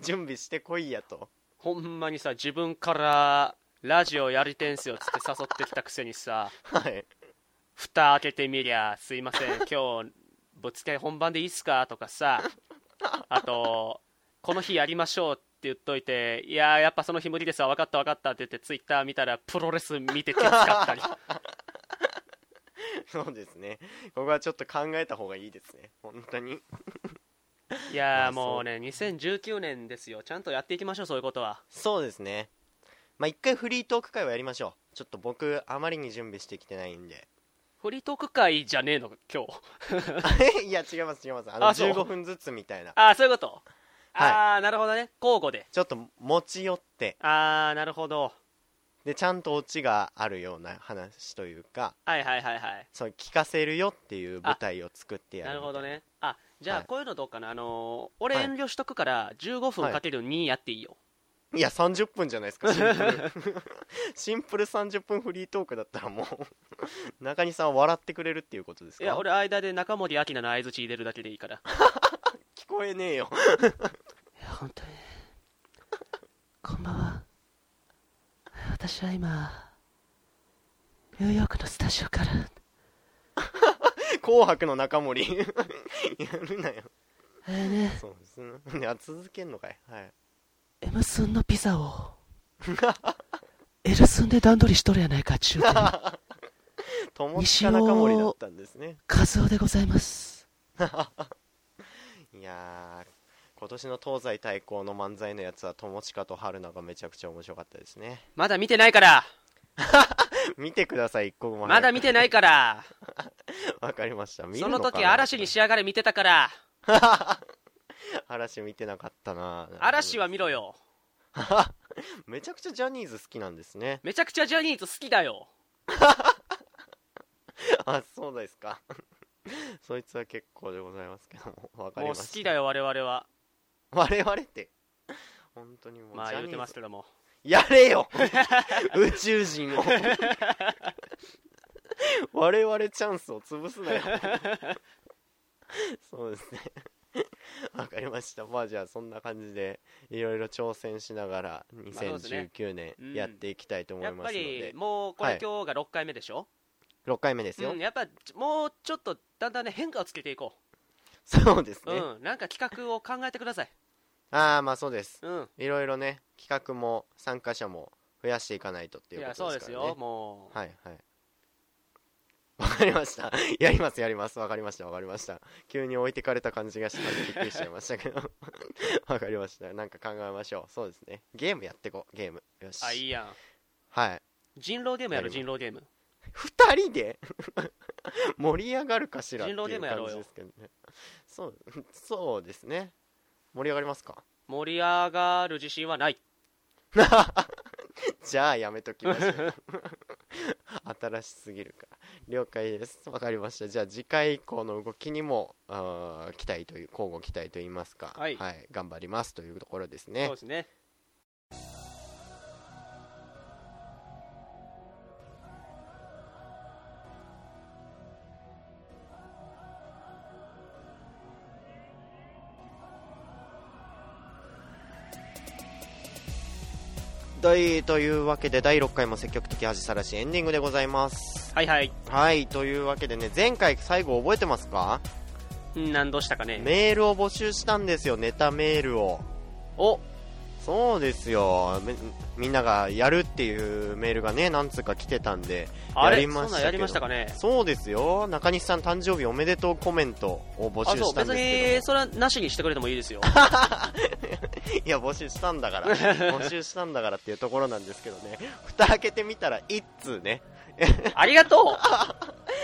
[SPEAKER 1] 準備してこいやと
[SPEAKER 2] ほんまにさ自分からラジオやりてんすよっつって誘ってきたくせにさ
[SPEAKER 1] はい
[SPEAKER 2] 蓋開けてみりゃすいませ ん今日ぶっつけ本番でいいっすかとかさあとこの日やりましょうって言っといていやーやっぱその日無理ですわ分かった分かったって言ってツイッター見たらプロレス見て手使った り
[SPEAKER 1] そうですねここはちょっと考えた方がいいですね本当に
[SPEAKER 2] いや
[SPEAKER 1] あ
[SPEAKER 2] ー
[SPEAKER 1] そう
[SPEAKER 2] もうね2019年ですよちゃんとやっていきましょうそういうことは
[SPEAKER 1] そうですねまあ一回フリートーク会はやりましょうちょっと僕あまりに準備してきてないんで
[SPEAKER 2] フリートーク会じゃねえの今日
[SPEAKER 1] いや違います違いますあの
[SPEAKER 2] あそう
[SPEAKER 1] 15分ずつみたいな
[SPEAKER 2] ああそういうこと、
[SPEAKER 1] はい
[SPEAKER 2] ああなるほどね交互で
[SPEAKER 1] ちょっと持ち寄って
[SPEAKER 2] ああなるほど
[SPEAKER 1] でちゃんとオチがあるような話というか
[SPEAKER 2] はいはいはいはい
[SPEAKER 1] そう聞かせるよっていう舞台を作ってやる
[SPEAKER 2] なるほどねあじゃ
[SPEAKER 1] は
[SPEAKER 2] あ
[SPEAKER 1] い
[SPEAKER 2] こういうのどうかな、あのー俺
[SPEAKER 1] はい
[SPEAKER 2] 遠慮しとくから15分かける2やっていいよ、
[SPEAKER 1] いや30分じゃないですかシンプル シンプル30分フリートークだったらもう中西さんは笑ってくれるっていうことです
[SPEAKER 2] い、
[SPEAKER 1] か
[SPEAKER 2] や俺間で中森明菜の相づち入れるだけでいいからい
[SPEAKER 1] 聞こえねえよ
[SPEAKER 2] や本当にこんばんは私は今ニューヨークのスタジオから
[SPEAKER 1] 紅白の中森 やるなよ
[SPEAKER 3] えーね、
[SPEAKER 1] そうですねいや続けんのかいはい
[SPEAKER 3] M スンのピザを L スンで段取りしとるやないか中継
[SPEAKER 1] 友近中森だったんですね
[SPEAKER 3] カズオでございます
[SPEAKER 1] いやー今年の東西対抗の漫才のやつは友近と春菜がめちゃくちゃ面白かったですね
[SPEAKER 2] まだ見てないから
[SPEAKER 1] 見てください一個も
[SPEAKER 2] まだ見てないから
[SPEAKER 1] わかりました見る
[SPEAKER 2] そ
[SPEAKER 1] の
[SPEAKER 2] の
[SPEAKER 1] かな
[SPEAKER 2] 時嵐に仕上がれ見てたから
[SPEAKER 1] 嵐見てなかったな
[SPEAKER 2] 嵐は見ろよ
[SPEAKER 1] めちゃくちゃジャニーズ好きなんですね
[SPEAKER 2] めちゃくちゃジャニーズ好きだよ
[SPEAKER 1] あそうですか そいつは結構でございますけどもわかり
[SPEAKER 2] もう
[SPEAKER 1] まし
[SPEAKER 2] 好
[SPEAKER 1] た
[SPEAKER 2] きだよ我々は
[SPEAKER 1] 我々って本当にもう
[SPEAKER 2] まあ
[SPEAKER 1] ジャ
[SPEAKER 2] 言
[SPEAKER 1] ニーズ
[SPEAKER 2] うてますけども
[SPEAKER 1] やれよ 宇宙人を 我々チャンスを潰すなよ そうですねわかりましたまあじゃあそんな感じでいろいろ挑戦しながら
[SPEAKER 2] そうですね
[SPEAKER 1] 2019年
[SPEAKER 2] うん
[SPEAKER 1] やっていきたいと思
[SPEAKER 2] や
[SPEAKER 1] い
[SPEAKER 2] っ
[SPEAKER 1] ま
[SPEAKER 2] ぱ
[SPEAKER 1] すので、
[SPEAKER 2] りもうこ
[SPEAKER 1] はい
[SPEAKER 2] れ今日が6回目でしょ、
[SPEAKER 1] 6回目ですよ、
[SPEAKER 2] うん、やっぱもうちょっとだんだんね変化をつけていこ
[SPEAKER 1] そうです
[SPEAKER 2] う、
[SPEAKER 1] ね、
[SPEAKER 2] うんなんか企画を考えてください
[SPEAKER 1] ああまあそうです
[SPEAKER 2] うん
[SPEAKER 1] いろいろね企画も参加者も増やしていかないとって
[SPEAKER 2] い
[SPEAKER 1] いうこ
[SPEAKER 2] や
[SPEAKER 1] と
[SPEAKER 2] そう
[SPEAKER 1] で
[SPEAKER 2] ですす
[SPEAKER 1] からね
[SPEAKER 2] よもう
[SPEAKER 1] はいはいわかりました やりますやりますわかりましたわかりました急に置いてかれた感じがしてびっくりしちゃいましたけど わかりましたなんか考えましょうそうですねゲームやってこうゲームよし
[SPEAKER 2] あいいやん
[SPEAKER 1] はい
[SPEAKER 2] 人狼ゲームやろ
[SPEAKER 1] やり
[SPEAKER 2] 人狼ゲーム
[SPEAKER 1] 2人で 盛り上がるかしらってい
[SPEAKER 2] 人狼
[SPEAKER 1] う
[SPEAKER 2] ゲームや
[SPEAKER 1] 感
[SPEAKER 2] ろう
[SPEAKER 1] じ
[SPEAKER 2] よ
[SPEAKER 1] ですけどねそう そうですね盛り上がりますか
[SPEAKER 2] 盛り上がる自信はない
[SPEAKER 1] じゃあやめときましょう新しすぎるから了解ですわかりましたじゃあ次回以降の動きにもあー期待という交互期待といいますか
[SPEAKER 2] はい
[SPEAKER 1] 頑張りますというところです
[SPEAKER 2] そ
[SPEAKER 1] ね
[SPEAKER 2] うですね
[SPEAKER 1] はいというわけで第6回も積極的恥さらしエンディングでございます
[SPEAKER 2] はいはい
[SPEAKER 1] はいというわけでね前回最後覚えてますか
[SPEAKER 2] うん何どうしたかね
[SPEAKER 1] メールを募集したんですよ、ネタメールを。
[SPEAKER 2] お
[SPEAKER 1] そうですよ、みみんながやるっていうメールがね、何つうか来てたんで、
[SPEAKER 2] あ
[SPEAKER 1] や
[SPEAKER 2] れ
[SPEAKER 1] り
[SPEAKER 2] そん
[SPEAKER 1] ましたけど
[SPEAKER 2] なんやりましたかね
[SPEAKER 1] そうですよ、中西さん誕生日おめでとうコメントを募
[SPEAKER 2] あ
[SPEAKER 1] 集
[SPEAKER 2] そ
[SPEAKER 1] し
[SPEAKER 2] う
[SPEAKER 1] たん
[SPEAKER 2] 別
[SPEAKER 1] です
[SPEAKER 2] にそれはなしにしてくれてもいいで すよ
[SPEAKER 1] けど、いや、募集したんだから、 募集したんだからっていうところなんですけどね、蓋開けてみたら、一通ね、
[SPEAKER 2] ありがと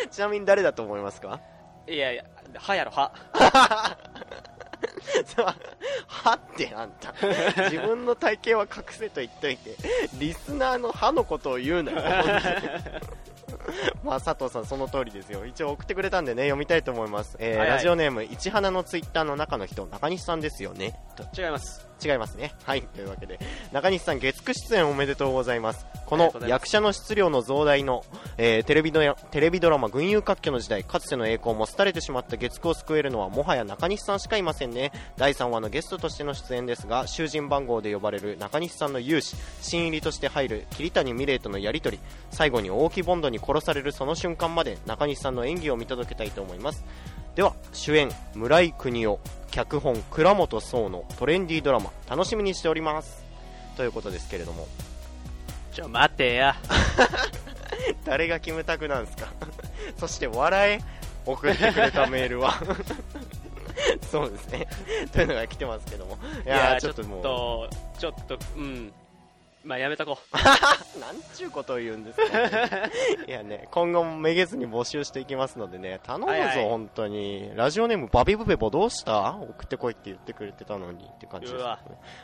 [SPEAKER 1] ちなみに誰だと思いますか
[SPEAKER 2] ういやいや歯やろ歯
[SPEAKER 1] さはってあんた、自分の体型は隠せと言っといて、リスナーの歯のことを言うなよ。 まあ、佐藤さん、その通りですよ。一応送ってくれたんでね、読みたいと思います。えー
[SPEAKER 2] はいはい
[SPEAKER 1] ラジオネーム、市花のツイッターの中の人、中西さんですよね。と
[SPEAKER 2] 違います
[SPEAKER 1] 違いますね。はい。というわけで、中西さん、月9出演おめでとうございます。こ
[SPEAKER 2] あり
[SPEAKER 1] の
[SPEAKER 2] がとうございます
[SPEAKER 1] 役者の質量の増大の、えーテレビのやテレビドラマ群雄割拠の時代、かつての栄光も廃れてしまった月9を救えるのはもはや中西さんしかいませんね。第3話のゲストとしての出演ですが、囚人番号で呼ばれる中西さんの勇士、新入りとして入る桐谷美玲とのやりとり、最後に大木ボンドに殺されるその瞬間まで中西さんの演技を見届けたいと思います。では主演村井邦夫脚本倉本壮のトレンディードラマ楽しみにしておりますということですけれども
[SPEAKER 2] ちょ待てや
[SPEAKER 1] 誰がキムタクなんですか そして笑え送ってくれたメールは そうですねというのが来てますけどもい
[SPEAKER 2] い
[SPEAKER 1] やー
[SPEAKER 2] や
[SPEAKER 1] ち
[SPEAKER 2] ち
[SPEAKER 1] ょ
[SPEAKER 2] ょ
[SPEAKER 1] っ
[SPEAKER 2] っ
[SPEAKER 1] と
[SPEAKER 2] と
[SPEAKER 1] もう
[SPEAKER 2] ちょっとうんまあやめとこう
[SPEAKER 1] なんちゅうことを言うんですか、ね、 いやね今後もめげずに募集していきますのでね頼むぞ、
[SPEAKER 2] はいはい
[SPEAKER 1] 本当にラジオネームバビブベボどうした送ってこいって言ってくれてたのにって感じです、
[SPEAKER 2] う
[SPEAKER 1] ね
[SPEAKER 2] わ、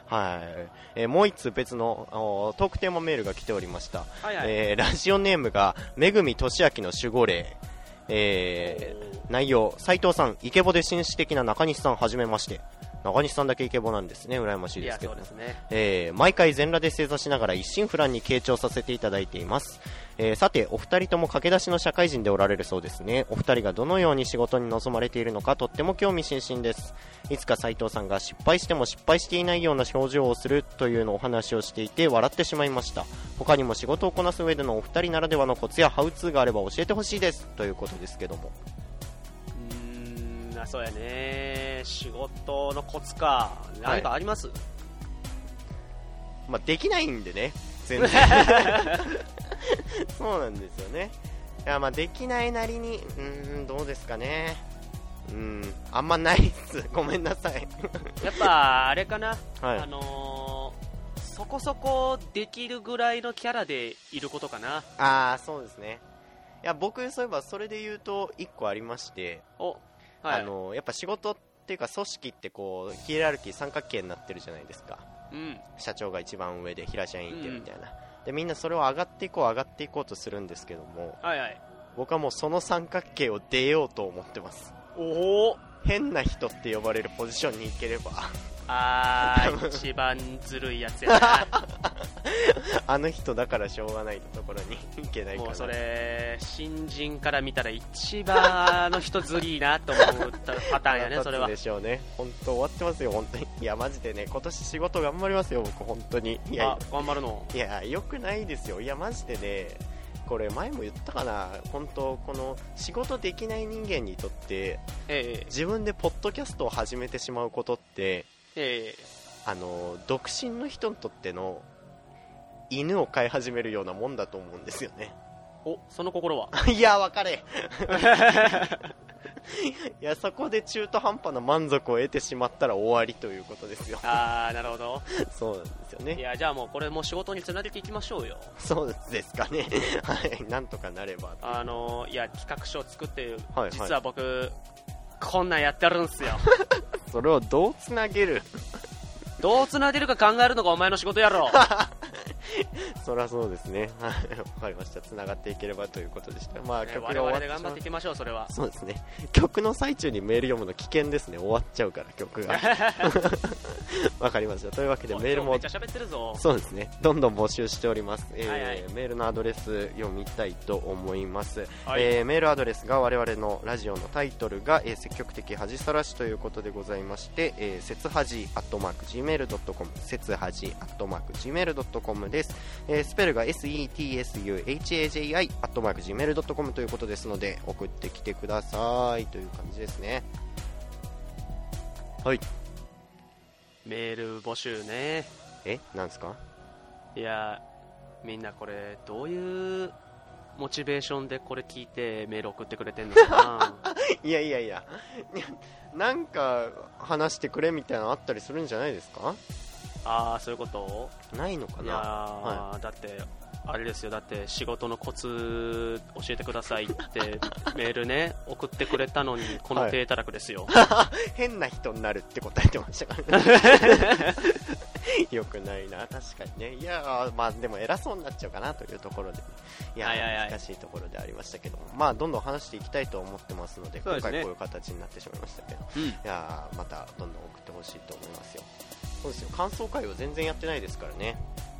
[SPEAKER 1] はい、えーもう一つ別のおートークテーマメールが来ておりました、
[SPEAKER 2] はいはい、
[SPEAKER 1] えーラジオネームがめぐみとしあきの守護霊えー内容斉藤さんイケボで紳士的な中西さんはじめまして中西さんだけイケボなんですね羨ましい
[SPEAKER 2] い
[SPEAKER 1] で
[SPEAKER 2] や
[SPEAKER 1] すけ
[SPEAKER 2] そ
[SPEAKER 1] ど
[SPEAKER 2] うですね
[SPEAKER 1] えー毎回全裸で正座しながら一心不乱に傾聴させていただいています、えーさてお二人とも駆け出しの社会人でおられるそうですねお二人がどのように仕事に臨まれているのかとっても興味津々ですいつか斉藤さんが失敗しても失敗していないような表情をするというのをお話をしていて笑ってしまいました他にも仕事をこなす上でのお二人ならではのコツやハウツーがあれば教えてほしいですということですけども
[SPEAKER 2] うーんあそうやね仕事のコツか何かあります、
[SPEAKER 1] まあ、できないんでね、全 然。そうなんですよね。いや、まあ、できないなりに、うーん、どうですかね。うーん、あんまないっす。 ごめんなさい。
[SPEAKER 2] やっぱあれかな、
[SPEAKER 1] はい
[SPEAKER 2] あ。のーそこそこできるぐらいのキャラでいることかな
[SPEAKER 1] ああ、そうですね。いや、僕、そういえば、それで言うと、一個ありまして、
[SPEAKER 2] おはい
[SPEAKER 1] あの、やっぱ仕事っていうか、組織ってこう、ヒエラルキー三角形になってるじゃないですか。
[SPEAKER 2] うん
[SPEAKER 1] 社長が一番上で、平社員いてみたいな。で、みんなそれを上がっていこう、上がっていこうとするんですけども、
[SPEAKER 2] はいはい
[SPEAKER 1] 僕はもうその三角形を出ようと思ってます。
[SPEAKER 2] おお
[SPEAKER 1] 変な人って呼ばれるポジションに行ければ
[SPEAKER 2] あー一番ずるいや つやな
[SPEAKER 1] あの人だからしょうがないってところに 行けないか
[SPEAKER 2] も
[SPEAKER 1] ら
[SPEAKER 2] うそれ新人から見たら一番あの人ずりいなと思ったパターン やねそれ
[SPEAKER 1] 腹
[SPEAKER 2] は
[SPEAKER 1] 立つでしょうね本当終わってますよ本当にいやマジでね今年仕事頑張りますよ僕本当にいや
[SPEAKER 2] あ頑張るの
[SPEAKER 1] いや良くないですよいやマジでねこれ前も言ったかな本当この仕事できない人間にとって
[SPEAKER 2] え
[SPEAKER 1] 自分でポッドキャストを始めてしまうことって
[SPEAKER 2] ええ
[SPEAKER 1] あの独身の人にとっての犬を飼い始めるようなもんだと思うんですよね
[SPEAKER 2] おその心は
[SPEAKER 1] いや分かれ いやそこで中途半端な満足を得てしまったら終わりということですよ
[SPEAKER 2] ああなるほど
[SPEAKER 1] そうなんですよ
[SPEAKER 2] い
[SPEAKER 1] ね
[SPEAKER 2] やじゃあもうこれもう仕事につなげていきましょうよ
[SPEAKER 1] そうですかねはいなんとかなれば
[SPEAKER 2] あのいや企画書を作って、
[SPEAKER 1] はいはい
[SPEAKER 2] 実は僕こんなんやってるん すよ
[SPEAKER 1] それをどうつなげる
[SPEAKER 2] どうつなげるか考えるのがお前の仕事やろ
[SPEAKER 1] そりゃそうですねはいわかりましたつながっていければということでしたまあ
[SPEAKER 2] ね
[SPEAKER 1] 曲が
[SPEAKER 2] 我
[SPEAKER 1] 終わ
[SPEAKER 2] 々
[SPEAKER 1] って
[SPEAKER 2] で
[SPEAKER 1] し
[SPEAKER 2] 頑張
[SPEAKER 1] ま
[SPEAKER 2] っ
[SPEAKER 1] う
[SPEAKER 2] ていきましょうそ れは
[SPEAKER 1] そうですね曲の最中にメール読むの危険ですね終わっちゃうから曲がわかりましたというわけで
[SPEAKER 2] お
[SPEAKER 1] メール
[SPEAKER 2] 今
[SPEAKER 1] も
[SPEAKER 2] 日めっちゃ喋ってるぞ
[SPEAKER 1] そうですねどんどん募集しております、えー
[SPEAKER 2] はいはい
[SPEAKER 1] メールのアドレス読みたいと思います、
[SPEAKER 2] はい
[SPEAKER 1] えーメールアドレスが我々のラジオのタイトルが、えー積極的恥さらしということでございまして、えー、節恥アットマーク Gmail.com 節恥アットマーク Gmail.com です、えースペルが SETSUHAJI アットマーク Gmail.com ということですので送ってきてくださいという感じですねはい
[SPEAKER 2] メール募集ね
[SPEAKER 1] えなんですか
[SPEAKER 2] いやみんなこれどういうモチベーションでこれ聞いてメール送ってくれてんのか な
[SPEAKER 1] いやいやいや、いやなんか話してくれみたいなのあったりするんじゃないですか
[SPEAKER 2] ああそういうこと
[SPEAKER 1] ないのか
[SPEAKER 2] いやー、
[SPEAKER 1] な
[SPEAKER 2] だってあれですよだって仕事のコツ教えてくださいって メールね送ってくれたのにこの低たらくですよ、
[SPEAKER 1] 変な人になるって答えてましたからね。よくないな、確かにね。いやー、まあでも偉そうになっちゃうかなというところで、いやー
[SPEAKER 2] はいはいはい
[SPEAKER 1] 難しいところでありましたけども、まあどんどん話していきたいと思ってますので、
[SPEAKER 2] そう
[SPEAKER 1] 今
[SPEAKER 2] ですね
[SPEAKER 1] 回こういう形になってしまいましたけど、
[SPEAKER 2] うん
[SPEAKER 1] いやー、またどんどん送ってほしいと思いますよ。そうですよ、感想会を全然やってないですからね。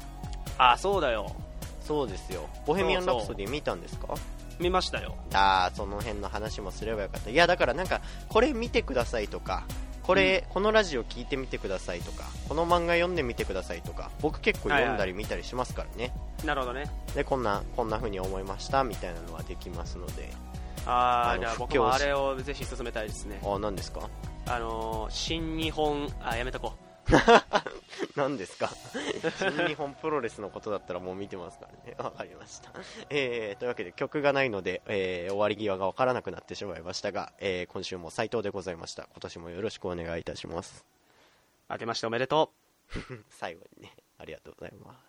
[SPEAKER 2] ああそうだよ
[SPEAKER 1] そうですよ、ボヘミアン・ラプソディ見たんですか
[SPEAKER 2] 見ましたよ
[SPEAKER 1] あーその辺の話もすればよかったいやだからなんかこれ見てくださいとかこれ、このラジオ聞いてみてくださいとかこの漫画読んでみてくださいとか僕結構読んだり見たりしますからね、
[SPEAKER 2] なるほどね
[SPEAKER 1] でこんなこんな風に思いましたみたいなのはできますので
[SPEAKER 2] あ
[SPEAKER 1] あ
[SPEAKER 2] あ
[SPEAKER 1] の
[SPEAKER 2] じゃあ僕
[SPEAKER 1] 布教
[SPEAKER 2] も
[SPEAKER 1] し
[SPEAKER 2] あれをぜひ進めたいですね
[SPEAKER 1] ああ何ですか
[SPEAKER 2] あのー新日本あやめとこ
[SPEAKER 1] 何ですか新日本プロレスのことだったらもう見てますからね わかりました、えー、というわけで曲がないので、えー終わり際がわからなくなってしまいましたが、えー今週も斉藤でございました今年もよろしくお願いいたします
[SPEAKER 2] う明けましておめでとう
[SPEAKER 1] 最後にねありがとうございます